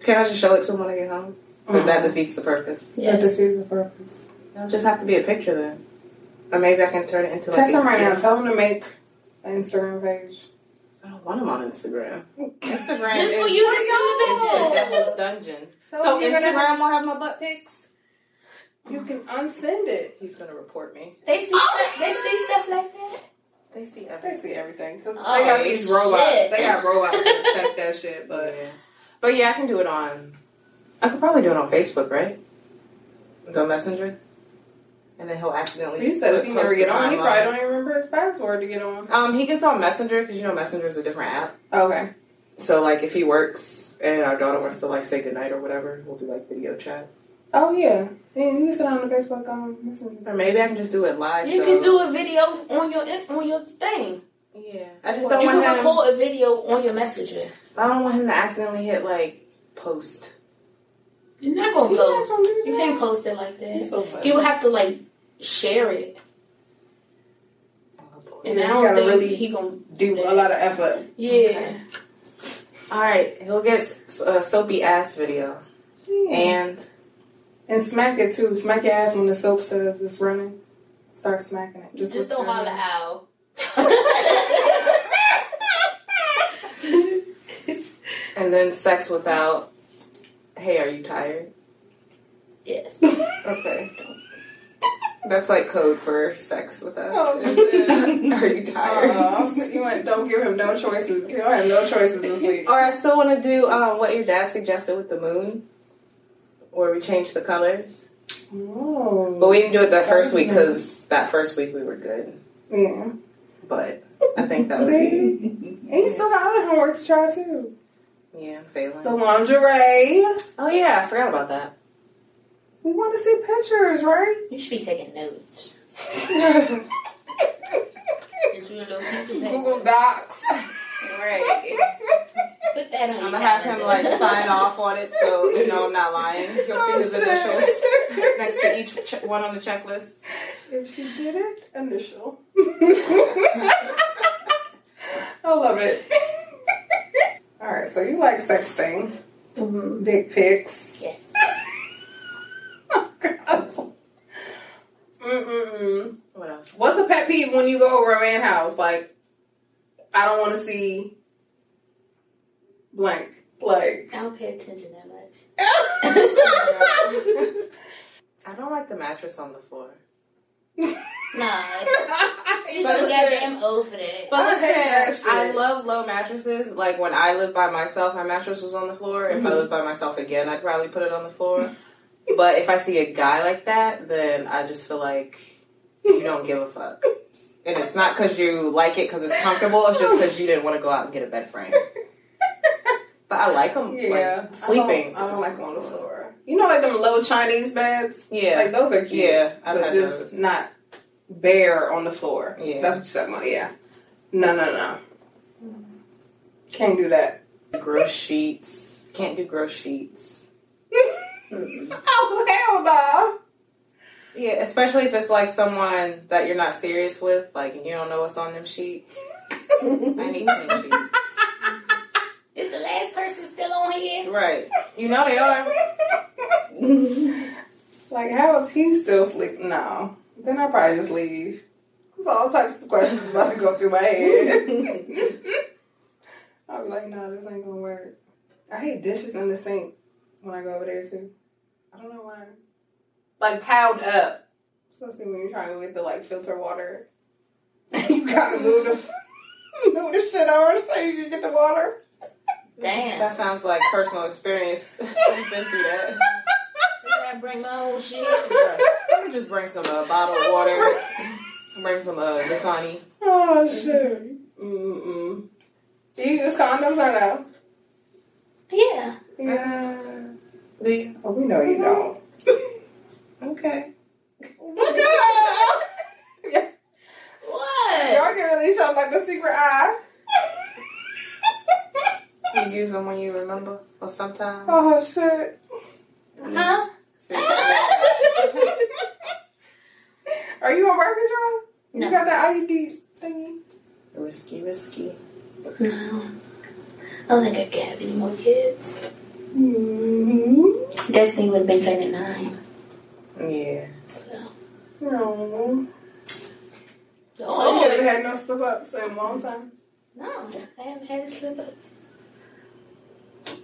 [SPEAKER 1] Can I just show it to him when I get home? But that defeats the purpose.
[SPEAKER 2] That
[SPEAKER 3] Yes.
[SPEAKER 2] defeats the purpose.
[SPEAKER 1] It'll just have to be a picture then, or maybe I can turn it into like.
[SPEAKER 2] Text
[SPEAKER 1] a
[SPEAKER 2] him right now.
[SPEAKER 1] GIF.
[SPEAKER 2] Tell him to make an Instagram page.
[SPEAKER 1] I don't want him on Instagram. Instagram
[SPEAKER 3] Just for
[SPEAKER 1] is-
[SPEAKER 3] you to see the
[SPEAKER 1] It's the *laughs*
[SPEAKER 3] picture.
[SPEAKER 1] devil's dungeon.
[SPEAKER 2] Tell
[SPEAKER 1] so
[SPEAKER 2] him you're gonna-
[SPEAKER 1] Instagram will have my butt pics.
[SPEAKER 2] You can unsend it.
[SPEAKER 1] He's gonna report me.
[SPEAKER 3] They see stuff, they see stuff like that.
[SPEAKER 1] They see
[SPEAKER 2] They
[SPEAKER 1] everything.
[SPEAKER 2] see everything. 'Cause
[SPEAKER 3] Oh,
[SPEAKER 2] they got these
[SPEAKER 3] shit.
[SPEAKER 2] robots. They got robots that
[SPEAKER 3] *laughs*
[SPEAKER 2] check that shit. But
[SPEAKER 1] yeah. but yeah, I can do it on. I could probably do it on Facebook, right? The Messenger, and then he'll accidentally.
[SPEAKER 2] he said if he
[SPEAKER 1] post
[SPEAKER 2] never
[SPEAKER 1] the
[SPEAKER 2] get on, he
[SPEAKER 1] timeline.
[SPEAKER 2] probably don't even remember his password to get on.
[SPEAKER 1] Um, he gets on Messenger because you know Messenger is a different app.
[SPEAKER 2] Okay.
[SPEAKER 1] So like, if he works and our daughter wants to like say goodnight or whatever, we'll do like video chat.
[SPEAKER 2] Oh yeah. Yeah, you can sit on the Facebook um Messenger.
[SPEAKER 1] Or maybe I can just do it live.
[SPEAKER 3] You
[SPEAKER 1] so-
[SPEAKER 3] can do a video on your on your thing.
[SPEAKER 1] Yeah, I just
[SPEAKER 3] you
[SPEAKER 1] don't want
[SPEAKER 3] can
[SPEAKER 1] him.
[SPEAKER 3] record a video on your messenger.
[SPEAKER 1] I don't want him to accidentally hit like post.
[SPEAKER 3] You're not gonna
[SPEAKER 2] You're not
[SPEAKER 3] post.
[SPEAKER 2] gonna do
[SPEAKER 3] You
[SPEAKER 2] that.
[SPEAKER 3] can't post it like
[SPEAKER 2] You're
[SPEAKER 3] that.
[SPEAKER 2] so funny.
[SPEAKER 3] You would have to like share it, and
[SPEAKER 2] Yeah,
[SPEAKER 3] I
[SPEAKER 2] you
[SPEAKER 3] don't
[SPEAKER 2] gotta
[SPEAKER 3] think
[SPEAKER 2] really-
[SPEAKER 3] he gonna.
[SPEAKER 2] do a lot of effort.
[SPEAKER 3] Yeah,
[SPEAKER 1] Okay. All right, he'll get a soapy ass video and *laughs*
[SPEAKER 2] And smack it too. Smack your ass when the soap says it's running. Start smacking it. Just,
[SPEAKER 3] just,
[SPEAKER 2] with
[SPEAKER 3] don't
[SPEAKER 2] your-
[SPEAKER 3] holler out.
[SPEAKER 1] and then sex without. Hey, are you tired?
[SPEAKER 3] yes.
[SPEAKER 1] Okay. That's like code for sex with us.
[SPEAKER 2] Oh, shit.
[SPEAKER 1] *laughs* Are you tired?
[SPEAKER 2] *laughs* Uh, you went, don't give him no choices. You don't have no choices this week.
[SPEAKER 1] Or I still want to do um, what your dad suggested with the moon, where we change the colors.
[SPEAKER 2] Oh.
[SPEAKER 1] But we didn't do it that first week because that first week we were good.
[SPEAKER 2] Yeah.
[SPEAKER 1] But I think that would be
[SPEAKER 2] See? And you still got other homework to try too.
[SPEAKER 1] yeah, I'm failing.
[SPEAKER 2] The lingerie.
[SPEAKER 1] Oh yeah, I forgot about that.
[SPEAKER 2] We want to see pictures, right?
[SPEAKER 3] You should be taking notes. It's your little piece of paper.
[SPEAKER 2] Docs.
[SPEAKER 1] right.
[SPEAKER 3] Put that on
[SPEAKER 1] I'm
[SPEAKER 3] your
[SPEAKER 1] gonna have him
[SPEAKER 3] calendar.
[SPEAKER 1] like
[SPEAKER 3] *laughs*
[SPEAKER 1] sign off on it so you know I'm not lying. You'll
[SPEAKER 2] Oh,
[SPEAKER 1] see his initials next to each ch- one on the checklist.
[SPEAKER 2] If she did it, initial. I love it. All right, so you like sexting,
[SPEAKER 3] Mhm.
[SPEAKER 2] dick pics. *laughs*
[SPEAKER 3] Yes.
[SPEAKER 2] Oh, gosh. Mm-mm-mm.
[SPEAKER 1] What else?
[SPEAKER 2] What's a pet peeve when you go over a man house? Like, I don't want to see blank. Like, *laughs*
[SPEAKER 3] I don't pay attention that much.
[SPEAKER 1] I don't like the mattress on the floor.
[SPEAKER 3] Nah. *laughs* You
[SPEAKER 1] But
[SPEAKER 3] too
[SPEAKER 1] listen-
[SPEAKER 3] goddamn old for that.
[SPEAKER 1] But
[SPEAKER 2] I hate that
[SPEAKER 1] listen,
[SPEAKER 2] shit.
[SPEAKER 1] I love low mattresses. Like when I lived by myself, my mattress was on the floor.
[SPEAKER 2] Mm-hmm.
[SPEAKER 1] If I lived by myself again, I'd probably put it on the floor. but if I see a guy like that, then I just feel like you *laughs* don't give a fuck. And it's not because you like it because it's comfortable. It's just because you didn't want to go out and get a bed frame. But I like them
[SPEAKER 2] yeah,
[SPEAKER 1] like, sleeping.
[SPEAKER 2] I don't, I don't like on the floor. You know, like them low Chinese beds.
[SPEAKER 1] Yeah,
[SPEAKER 2] Like those are cute.
[SPEAKER 1] yeah. I've
[SPEAKER 2] but
[SPEAKER 1] had
[SPEAKER 2] just
[SPEAKER 1] those.
[SPEAKER 2] not bare on the floor.
[SPEAKER 1] Yeah.
[SPEAKER 2] That's what you said, Mom. Yeah. No, no, no. Can't do that.
[SPEAKER 1] gross sheets. Can't do gross sheets.
[SPEAKER 2] *laughs* oh,
[SPEAKER 1] Yeah, especially if it's like someone that you're not serious with, like and you don't know what's on them sheets. I need clean sheets.
[SPEAKER 3] Is the last person still on here?
[SPEAKER 1] Right. You know they are. *laughs*
[SPEAKER 2] hell no. like, how is he still sleeping? No. Then I'll probably just leave. There's all types of questions about to go through
[SPEAKER 1] *laughs*
[SPEAKER 2] my *laughs* head. I'll be like, no, this ain't gonna work. I hate dishes in the sink when I go over there, too. I don't know why. Like piled up. Especially when you're trying to get the like filter water. *laughs* you gotta move the move the shit on so you can get the water.
[SPEAKER 3] Damn.
[SPEAKER 1] That sounds like personal experience. *laughs* You've been through
[SPEAKER 2] *laughs*
[SPEAKER 1] that.
[SPEAKER 3] I bring my whole shit.
[SPEAKER 1] I'm
[SPEAKER 2] *laughs*
[SPEAKER 1] gonna just bring some uh, bottled water. Bring some uh, Dasani.
[SPEAKER 2] Oh shit.
[SPEAKER 3] *laughs*
[SPEAKER 2] Mm-mm. Do you use condoms or no?
[SPEAKER 3] Yeah.
[SPEAKER 1] Uh, do you?
[SPEAKER 2] Oh, we know you
[SPEAKER 3] uh-huh.
[SPEAKER 2] don't.
[SPEAKER 1] Okay.
[SPEAKER 2] Look at
[SPEAKER 3] What?
[SPEAKER 2] Y'all can really show like the secret eye.
[SPEAKER 1] You use them when you remember or sometimes.
[SPEAKER 2] Oh shit.
[SPEAKER 3] *laughs* Huh?
[SPEAKER 1] See, yeah.
[SPEAKER 2] Are you on birth control? You
[SPEAKER 3] no.
[SPEAKER 2] got that IUD thingy?
[SPEAKER 1] Risky, risky.
[SPEAKER 3] No. I don't think I can have any more kids.
[SPEAKER 2] Mm-hmm.
[SPEAKER 3] Destiny would have been turning nine.
[SPEAKER 1] Yeah.
[SPEAKER 2] No.
[SPEAKER 3] Oh,
[SPEAKER 2] you haven't had no slip ups in a long time.
[SPEAKER 3] No, I haven't had a slip up.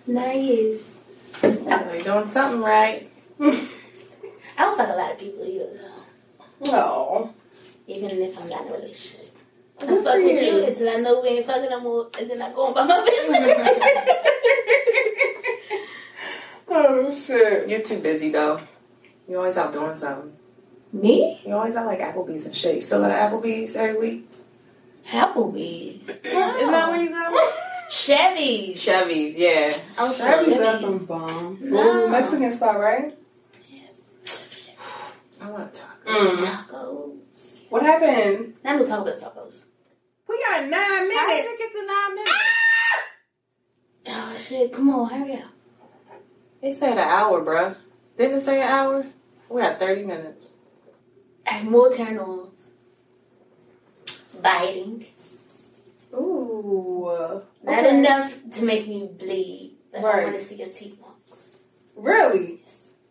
[SPEAKER 3] Nine years.
[SPEAKER 1] So you're doing something right.
[SPEAKER 3] I don't fuck a lot of people either, though.
[SPEAKER 2] No.
[SPEAKER 3] Even if I'm not in a relationship. I
[SPEAKER 2] Good
[SPEAKER 3] fuck
[SPEAKER 2] for
[SPEAKER 3] with
[SPEAKER 2] you.
[SPEAKER 3] you until I know we ain't fucking no more, and then I go on by my business.
[SPEAKER 2] *laughs*
[SPEAKER 3] *laughs*
[SPEAKER 2] Oh shit.
[SPEAKER 1] You're too busy though. You always out doing something.
[SPEAKER 3] Me?
[SPEAKER 1] You always out like Applebee's and shit. You still go to Applebee's every week?
[SPEAKER 3] Applebee's.
[SPEAKER 1] Isn't that where you go?
[SPEAKER 3] Chevy's.
[SPEAKER 1] Chevy's, yeah. I was
[SPEAKER 2] Chevy's
[SPEAKER 1] Chevy's.
[SPEAKER 2] got some bomb.
[SPEAKER 3] No.
[SPEAKER 2] Ooh, Mexican spot, right?
[SPEAKER 1] I want to talk.
[SPEAKER 2] Mm.
[SPEAKER 3] Tacos.
[SPEAKER 2] What happened?
[SPEAKER 3] Now we'll talk about tacos.
[SPEAKER 2] We got nine
[SPEAKER 4] How did
[SPEAKER 2] minutes. Ah!
[SPEAKER 4] you get to nine minutes?
[SPEAKER 3] Oh, shit. Come on, hurry up.
[SPEAKER 1] They said an hour, bruh. Didn't it say an hour? We got 30 minutes.
[SPEAKER 3] I have more turn ons. Biting.
[SPEAKER 2] Ooh.
[SPEAKER 3] Not
[SPEAKER 2] Okay.
[SPEAKER 3] enough to make me bleed, but
[SPEAKER 2] Right.
[SPEAKER 3] I want to see your teeth *laughs* marks.
[SPEAKER 2] Really?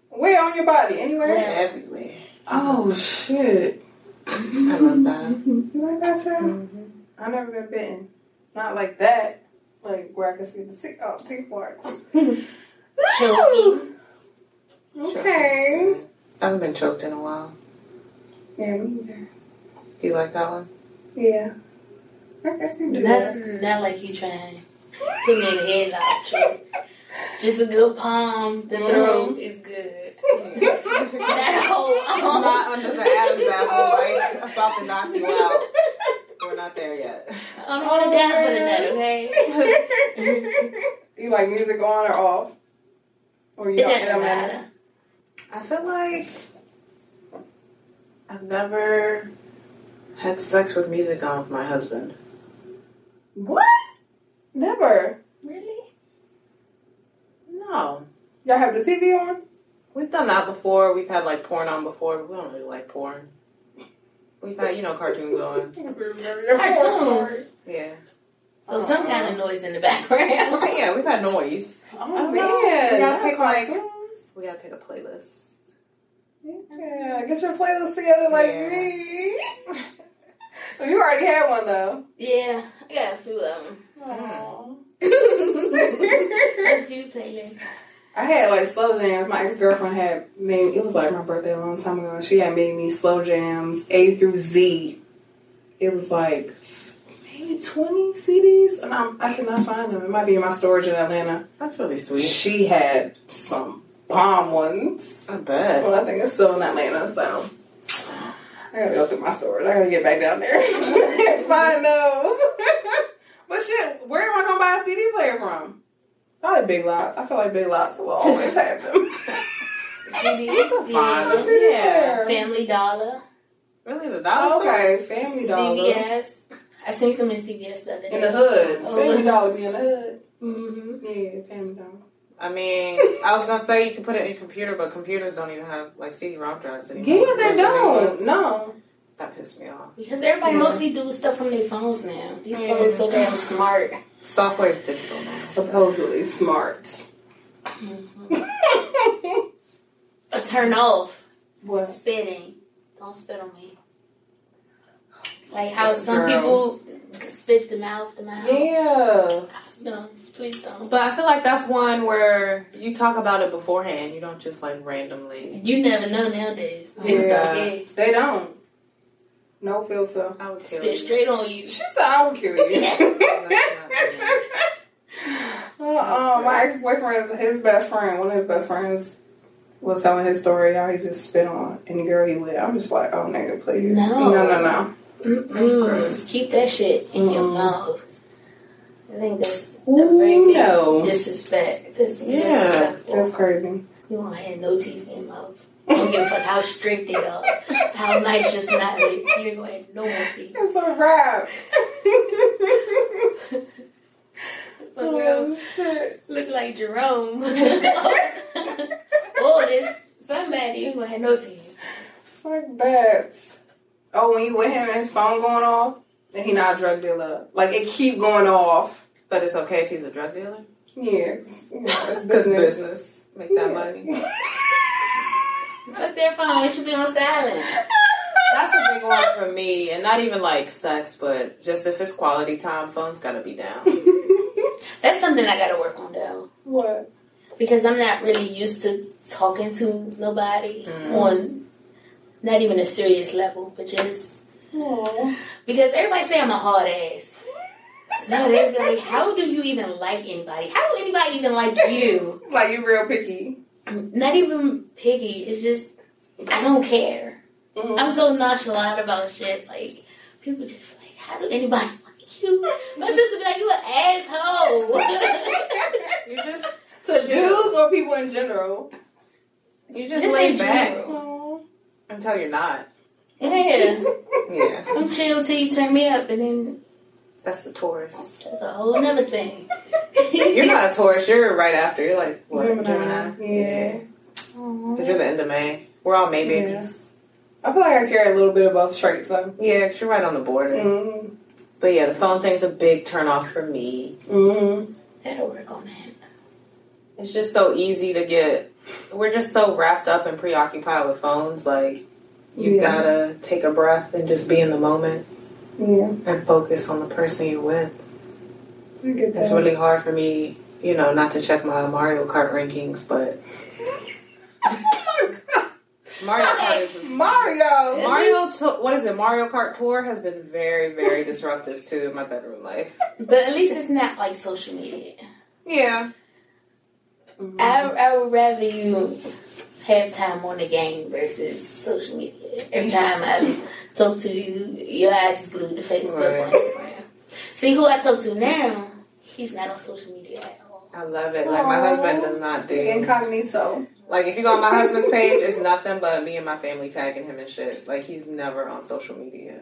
[SPEAKER 2] Where on your body? Anywhere?
[SPEAKER 3] Where?
[SPEAKER 1] Everywhere.
[SPEAKER 2] Oh shit. Mm.
[SPEAKER 1] I love that.
[SPEAKER 2] You like that shit?
[SPEAKER 1] Mm-hmm.
[SPEAKER 2] I never been bitten. Not like that. Like where I can see the teeth oh, teeth
[SPEAKER 3] *laughs*
[SPEAKER 2] marks.
[SPEAKER 3] Choking.
[SPEAKER 2] Okay.
[SPEAKER 1] I haven't been choked in a while.
[SPEAKER 2] Yeah, me either.
[SPEAKER 1] Do you like that one?
[SPEAKER 2] Yeah. I guess you do that.
[SPEAKER 3] Not, mm, not like you trying to put me in the head
[SPEAKER 2] *laughs*
[SPEAKER 3] out, choke. Just a good palm. The throat is good.
[SPEAKER 2] *laughs*
[SPEAKER 3] That whole *laughs*
[SPEAKER 1] I'm
[SPEAKER 3] arm.
[SPEAKER 2] Oh.
[SPEAKER 1] not under the Adam's apple, like about to knock you out.
[SPEAKER 2] *laughs*
[SPEAKER 1] We're not there yet.
[SPEAKER 3] I'm going to die for the nut, okay? *laughs*
[SPEAKER 2] you like music on or off? Or you
[SPEAKER 3] It
[SPEAKER 2] don't it
[SPEAKER 3] doesn't
[SPEAKER 2] don't matter.
[SPEAKER 3] matter.
[SPEAKER 1] I feel like I've never had sex with music on with my husband.
[SPEAKER 2] What? Never.
[SPEAKER 3] Really?
[SPEAKER 1] No.
[SPEAKER 2] Y'all have the TV on?
[SPEAKER 1] We've done that before. We've had like porn on before, but we don't really like porn. We've had, you know, cartoons on.
[SPEAKER 3] Cartoons.
[SPEAKER 1] Yeah.
[SPEAKER 3] So
[SPEAKER 2] Oh.
[SPEAKER 3] some kind of noise in the background. *laughs*
[SPEAKER 1] Okay, yeah, we've had noise.
[SPEAKER 2] Oh
[SPEAKER 4] I don't know.
[SPEAKER 2] man.
[SPEAKER 4] We gotta
[SPEAKER 2] not
[SPEAKER 4] pick, like-
[SPEAKER 2] cartoons.
[SPEAKER 1] We gotta pick a playlist.
[SPEAKER 2] Yeah, get your playlist together like
[SPEAKER 1] Yeah.
[SPEAKER 2] me. *laughs* so you already had one though.
[SPEAKER 3] Yeah, I got a few um, of them. a *laughs*
[SPEAKER 2] I
[SPEAKER 3] few playlists.
[SPEAKER 2] had like slow jams. My ex girlfriend had made it was like my birthday a long time ago. and She had made me slow jams A through Z. It was like maybe twenty CDs, and I'm, I cannot find them. It might be in my storage in Atlanta.
[SPEAKER 1] That's really sweet.
[SPEAKER 2] She had some bomb ones.
[SPEAKER 1] I bet.
[SPEAKER 2] Well, I think it's still in Atlanta, so I gotta go through my storage. I gotta get back down there *laughs* and find those. *laughs* but shit, where am I gonna buy a CD player from? Probably Big Lots. I feel like Big Lots will always have them. *laughs*
[SPEAKER 3] CD,
[SPEAKER 1] find
[SPEAKER 3] yeah.
[SPEAKER 1] them.
[SPEAKER 2] Yeah.
[SPEAKER 3] Family Dollar,
[SPEAKER 1] Really, the dollar store?
[SPEAKER 2] Oh, Okay, Family Dollar
[SPEAKER 3] CVS. I seen some in CVS the other day.
[SPEAKER 2] in the hood.
[SPEAKER 3] Oh,
[SPEAKER 2] Family
[SPEAKER 3] look.
[SPEAKER 2] Dollar be in the hood.
[SPEAKER 3] Mm-hmm.
[SPEAKER 2] Yeah, Family Dollar.
[SPEAKER 1] I mean, I was gonna say you can put it in your computer, but computers don't even have like CD-ROM drives anymore.
[SPEAKER 2] Yeah, they
[SPEAKER 1] Like, the new
[SPEAKER 2] don't.
[SPEAKER 1] ones.
[SPEAKER 2] No.
[SPEAKER 1] That pissed me off.
[SPEAKER 3] Because everybody
[SPEAKER 2] Yeah.
[SPEAKER 3] mostly do stuff from their phones now. These
[SPEAKER 1] Yeah.
[SPEAKER 3] phones so damn smart.
[SPEAKER 1] Software is digital now.
[SPEAKER 2] Supposedly *laughs* smart.
[SPEAKER 3] A Uh, turn off.
[SPEAKER 2] what?
[SPEAKER 3] Spitting. Don't spit on me. Like how some
[SPEAKER 2] Girl.
[SPEAKER 3] people spit the mouth, the mouth.
[SPEAKER 2] Yeah.
[SPEAKER 3] No, Please don't.
[SPEAKER 5] But I feel like that's one where you talk about it beforehand. You don't just like randomly.
[SPEAKER 3] You never know nowadays. Pigs
[SPEAKER 2] Yeah.
[SPEAKER 3] don't gay.
[SPEAKER 2] They don't. No filter.
[SPEAKER 5] I would kill
[SPEAKER 3] Spit
[SPEAKER 5] you.
[SPEAKER 3] straight on you.
[SPEAKER 2] She said I would kill
[SPEAKER 3] *laughs*
[SPEAKER 2] you. *laughs* Uh, uh, my ex boyfriend, his best friend, one of his best friends, was telling his story how he just spit on any girl he with. I'm just like, oh nigga, please,
[SPEAKER 3] No.
[SPEAKER 2] no, no, no.
[SPEAKER 3] That's
[SPEAKER 2] gross.
[SPEAKER 3] Keep that shit in your
[SPEAKER 2] Mm.
[SPEAKER 3] mouth. I think that's
[SPEAKER 2] Ooh,
[SPEAKER 3] big
[SPEAKER 2] no.
[SPEAKER 3] disrespect. That's
[SPEAKER 5] Yeah.
[SPEAKER 3] disrespectful.
[SPEAKER 2] That's crazy.
[SPEAKER 3] You don't have no teeth in your mouth. I don't give a fuck how straight they are, how nice your snot is. You're going to have no more teeth.
[SPEAKER 2] *laughs* It's a wrap.
[SPEAKER 3] But girl,
[SPEAKER 2] oh
[SPEAKER 3] *laughs*
[SPEAKER 2] shit.
[SPEAKER 3] look like Jerome. *laughs* or Oh, this somebody you gonna have no teeth.
[SPEAKER 2] Fuck that. Oh, when you with him and his phone going off, then he not a drug dealer. Like it keep going off.
[SPEAKER 1] But it's okay if he's a drug dealer.
[SPEAKER 2] Yeah, it's, you know,
[SPEAKER 1] *laughs*
[SPEAKER 2] it's
[SPEAKER 1] Because
[SPEAKER 2] business.
[SPEAKER 1] business. Make that money.
[SPEAKER 3] Fuck their phone. It should be on silent.
[SPEAKER 1] That's a big one for me. And not even like sex, but just if it's quality time, phone's gotta be down.
[SPEAKER 3] That's something I gotta work on though.
[SPEAKER 2] *laughs* what?
[SPEAKER 3] Because I'm not really used to talking to nobody
[SPEAKER 1] Mm.
[SPEAKER 3] on not even a serious level, but just
[SPEAKER 2] Aw.
[SPEAKER 3] because everybody say I'm a hard ass. So they be like, how do you even like anybody? How do anybody even like you? *clears throat*
[SPEAKER 2] Like you real picky.
[SPEAKER 3] Not even piggy. It's just I don't care.
[SPEAKER 2] Mhm.
[SPEAKER 3] I'm so nonchalant about shit. Like people just feel like, how do anybody like you?
[SPEAKER 2] Mm-hmm.
[SPEAKER 3] My sister be like, you an asshole.
[SPEAKER 1] *laughs*
[SPEAKER 3] *laughs*
[SPEAKER 1] You just
[SPEAKER 2] To dudes or people in general?
[SPEAKER 1] you just,
[SPEAKER 3] Just
[SPEAKER 1] lay
[SPEAKER 3] in
[SPEAKER 1] back
[SPEAKER 3] general.
[SPEAKER 1] until you're not.
[SPEAKER 3] yeah,
[SPEAKER 1] Yeah.
[SPEAKER 3] I'm chill till you turn me up, and then
[SPEAKER 1] That's the Taurus.
[SPEAKER 3] that's a whole nother thing. *laughs*
[SPEAKER 1] You're not a Taurus, you're right after. You're like what
[SPEAKER 2] Gemini.
[SPEAKER 1] Gemini.
[SPEAKER 2] Yeah.
[SPEAKER 3] Aw.
[SPEAKER 1] 'Cause you're the end of May. We're all May
[SPEAKER 2] Yeah.
[SPEAKER 1] babies.
[SPEAKER 2] I feel like I carry a little bit of both traits though.
[SPEAKER 1] Yeah, 'cause you're right on the border.
[SPEAKER 2] Mm-hmm.
[SPEAKER 1] But yeah, the phone thing's a big turn off for me.
[SPEAKER 2] Mm-hmm.
[SPEAKER 3] That'll work on that.
[SPEAKER 1] It's just so easy to get. We're just so wrapped up and preoccupied with phones. Like, you
[SPEAKER 2] Yeah.
[SPEAKER 1] gotta take a breath and just be in the moment
[SPEAKER 2] Yeah.
[SPEAKER 1] and focus on the person you're with.
[SPEAKER 2] I get
[SPEAKER 1] It's
[SPEAKER 2] that.
[SPEAKER 1] really hard for me, you know, not to check my Mario Kart rankings, but Mario Kart is.
[SPEAKER 2] *laughs* Mario.
[SPEAKER 1] Mario, to- what is it? Mario Kart Tour has been very,
[SPEAKER 2] *laughs*
[SPEAKER 1] very disruptive to my bedroom life.
[SPEAKER 3] But at least it's not like social media.
[SPEAKER 1] Yeah.
[SPEAKER 3] I I would rather you have time on the game versus social media. Every time I talk to you, your eyes is glued to Facebook
[SPEAKER 1] Right.
[SPEAKER 3] or Instagram. See who I talk to now, he's not on social media at all.
[SPEAKER 1] I love it. Like, my
[SPEAKER 2] Aw.
[SPEAKER 1] husband does not do. *laughs*
[SPEAKER 2] Incognito.
[SPEAKER 1] Like if you go on my husband's page, it's nothing but me and my family tagging him and shit. Like he's never on social media.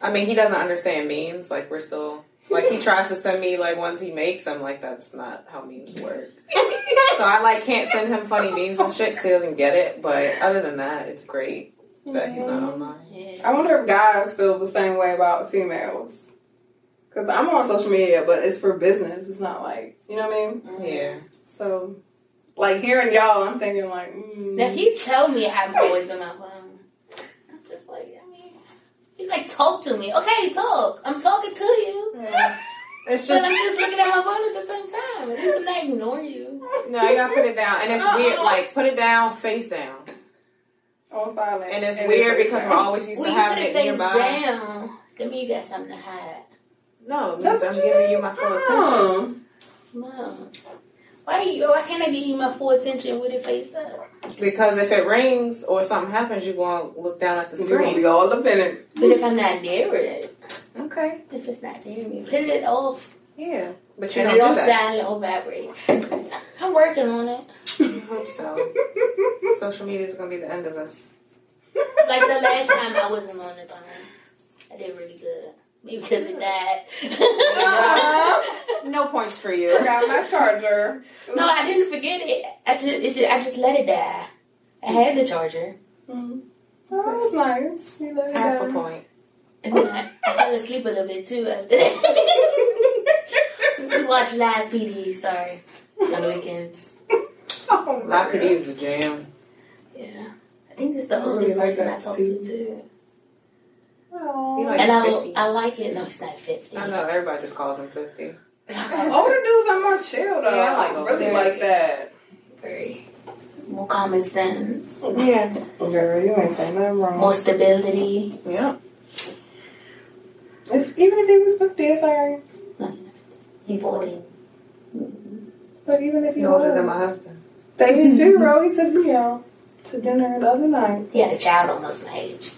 [SPEAKER 1] I mean, he doesn't understand memes. Like we're still like he tries to send me like ones he makes. I'm like, that's not how memes work. So I like can't send him funny memes and shit because he doesn't get it. But other than that, it's great that he's not online.
[SPEAKER 3] Yeah.
[SPEAKER 2] I wonder if guys feel the same way about females. Cause I'm on social media, but it's for business. It's not like you know what I mean.
[SPEAKER 1] Yeah,
[SPEAKER 2] So, like hearing y'all, I'm thinking like, mm.
[SPEAKER 3] Now
[SPEAKER 2] *laughs*
[SPEAKER 3] he tell me I'm always on my phone. I'm just like, I mean, he's like, talk to me. Okay, talk. I'm talking
[SPEAKER 1] *laughs*
[SPEAKER 3] to you.
[SPEAKER 1] it's
[SPEAKER 3] But
[SPEAKER 1] just
[SPEAKER 3] I'm just looking at my phone at the same time. At least I'm not ignoring you.
[SPEAKER 1] no. You gotta put it down, and
[SPEAKER 3] Oh,
[SPEAKER 1] it's weird. Like put it down, face down,
[SPEAKER 2] on silent,
[SPEAKER 1] and it's weird because we're always used to
[SPEAKER 3] When you put
[SPEAKER 1] having
[SPEAKER 3] it
[SPEAKER 1] it
[SPEAKER 3] face
[SPEAKER 1] nearby.
[SPEAKER 3] down, then you got something to hide.
[SPEAKER 1] No, it means
[SPEAKER 2] That's
[SPEAKER 1] I'm
[SPEAKER 2] what you
[SPEAKER 1] giving
[SPEAKER 2] think?
[SPEAKER 1] you my full attention.
[SPEAKER 2] Oh.
[SPEAKER 3] Mom, why you? Why can't I give you my full attention with it face up?
[SPEAKER 1] Because if it rings or something happens, you're going to look down at the
[SPEAKER 2] You're gonna be
[SPEAKER 1] screen.
[SPEAKER 2] all up in it.
[SPEAKER 3] But
[SPEAKER 2] *laughs*
[SPEAKER 3] if I'm not near it,
[SPEAKER 1] Okay.
[SPEAKER 3] if it's not near me, put it off.
[SPEAKER 1] Yeah. But you don't
[SPEAKER 3] Turn it on
[SPEAKER 1] do that.
[SPEAKER 3] silent or vibrate. *laughs* I'm working on it.
[SPEAKER 1] I hope so. Social media is going to be the end of us.
[SPEAKER 3] Like the last time I wasn't on the bond, I did really good. Maybe because it died. *laughs*
[SPEAKER 1] No points for you.
[SPEAKER 2] Forgot my charger.
[SPEAKER 3] no, I didn't forget it. I just, it just, I just let it die. I had the charger,
[SPEAKER 2] Mm. Oh, that was nice. You let it
[SPEAKER 1] Half a
[SPEAKER 2] go.
[SPEAKER 1] point.
[SPEAKER 3] and then I, I fell asleep a little bit too after *laughs* that. we watched live PD. Sorry, on the weekends.
[SPEAKER 2] *laughs* Oh,
[SPEAKER 1] Lock it
[SPEAKER 2] man.
[SPEAKER 1] is the jam.
[SPEAKER 3] Yeah, I think it's
[SPEAKER 2] I
[SPEAKER 3] the
[SPEAKER 2] really
[SPEAKER 3] oldest
[SPEAKER 2] like
[SPEAKER 3] person I
[SPEAKER 2] that
[SPEAKER 3] talked
[SPEAKER 2] too.
[SPEAKER 3] to too,
[SPEAKER 2] Aw.
[SPEAKER 1] You like-
[SPEAKER 3] and I,
[SPEAKER 1] 50.
[SPEAKER 2] Oh.
[SPEAKER 3] I like it. No, he's not fifty.
[SPEAKER 1] I know everybody just calls him 50.
[SPEAKER 2] Older dudes are more chill though.
[SPEAKER 1] Yeah, I like
[SPEAKER 2] I
[SPEAKER 1] older
[SPEAKER 2] really
[SPEAKER 1] dudes.
[SPEAKER 2] like that.
[SPEAKER 3] Very more common sense,
[SPEAKER 1] Yeah.
[SPEAKER 2] Girl, you ain't saying nothing wrong.
[SPEAKER 3] more stability.
[SPEAKER 1] Yeah.
[SPEAKER 2] If, even if he was 50, it's alright.
[SPEAKER 3] You 40.
[SPEAKER 2] But even if he
[SPEAKER 1] You're older
[SPEAKER 2] was.
[SPEAKER 1] than my husband.
[SPEAKER 2] David too, bro. He took me out to dinner the other night.
[SPEAKER 3] He had a child almost my age.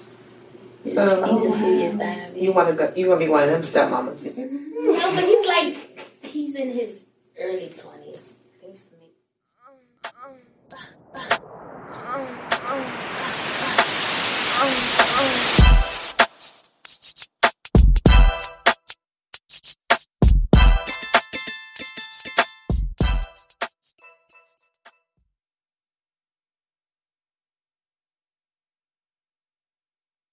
[SPEAKER 1] So-
[SPEAKER 3] he's a few years behind me.
[SPEAKER 1] You wanna go you gonna be one of them stepmamas.
[SPEAKER 3] No, but he's like he's in his early twenties.
[SPEAKER 6] Mm, mm, mm, mm, mm.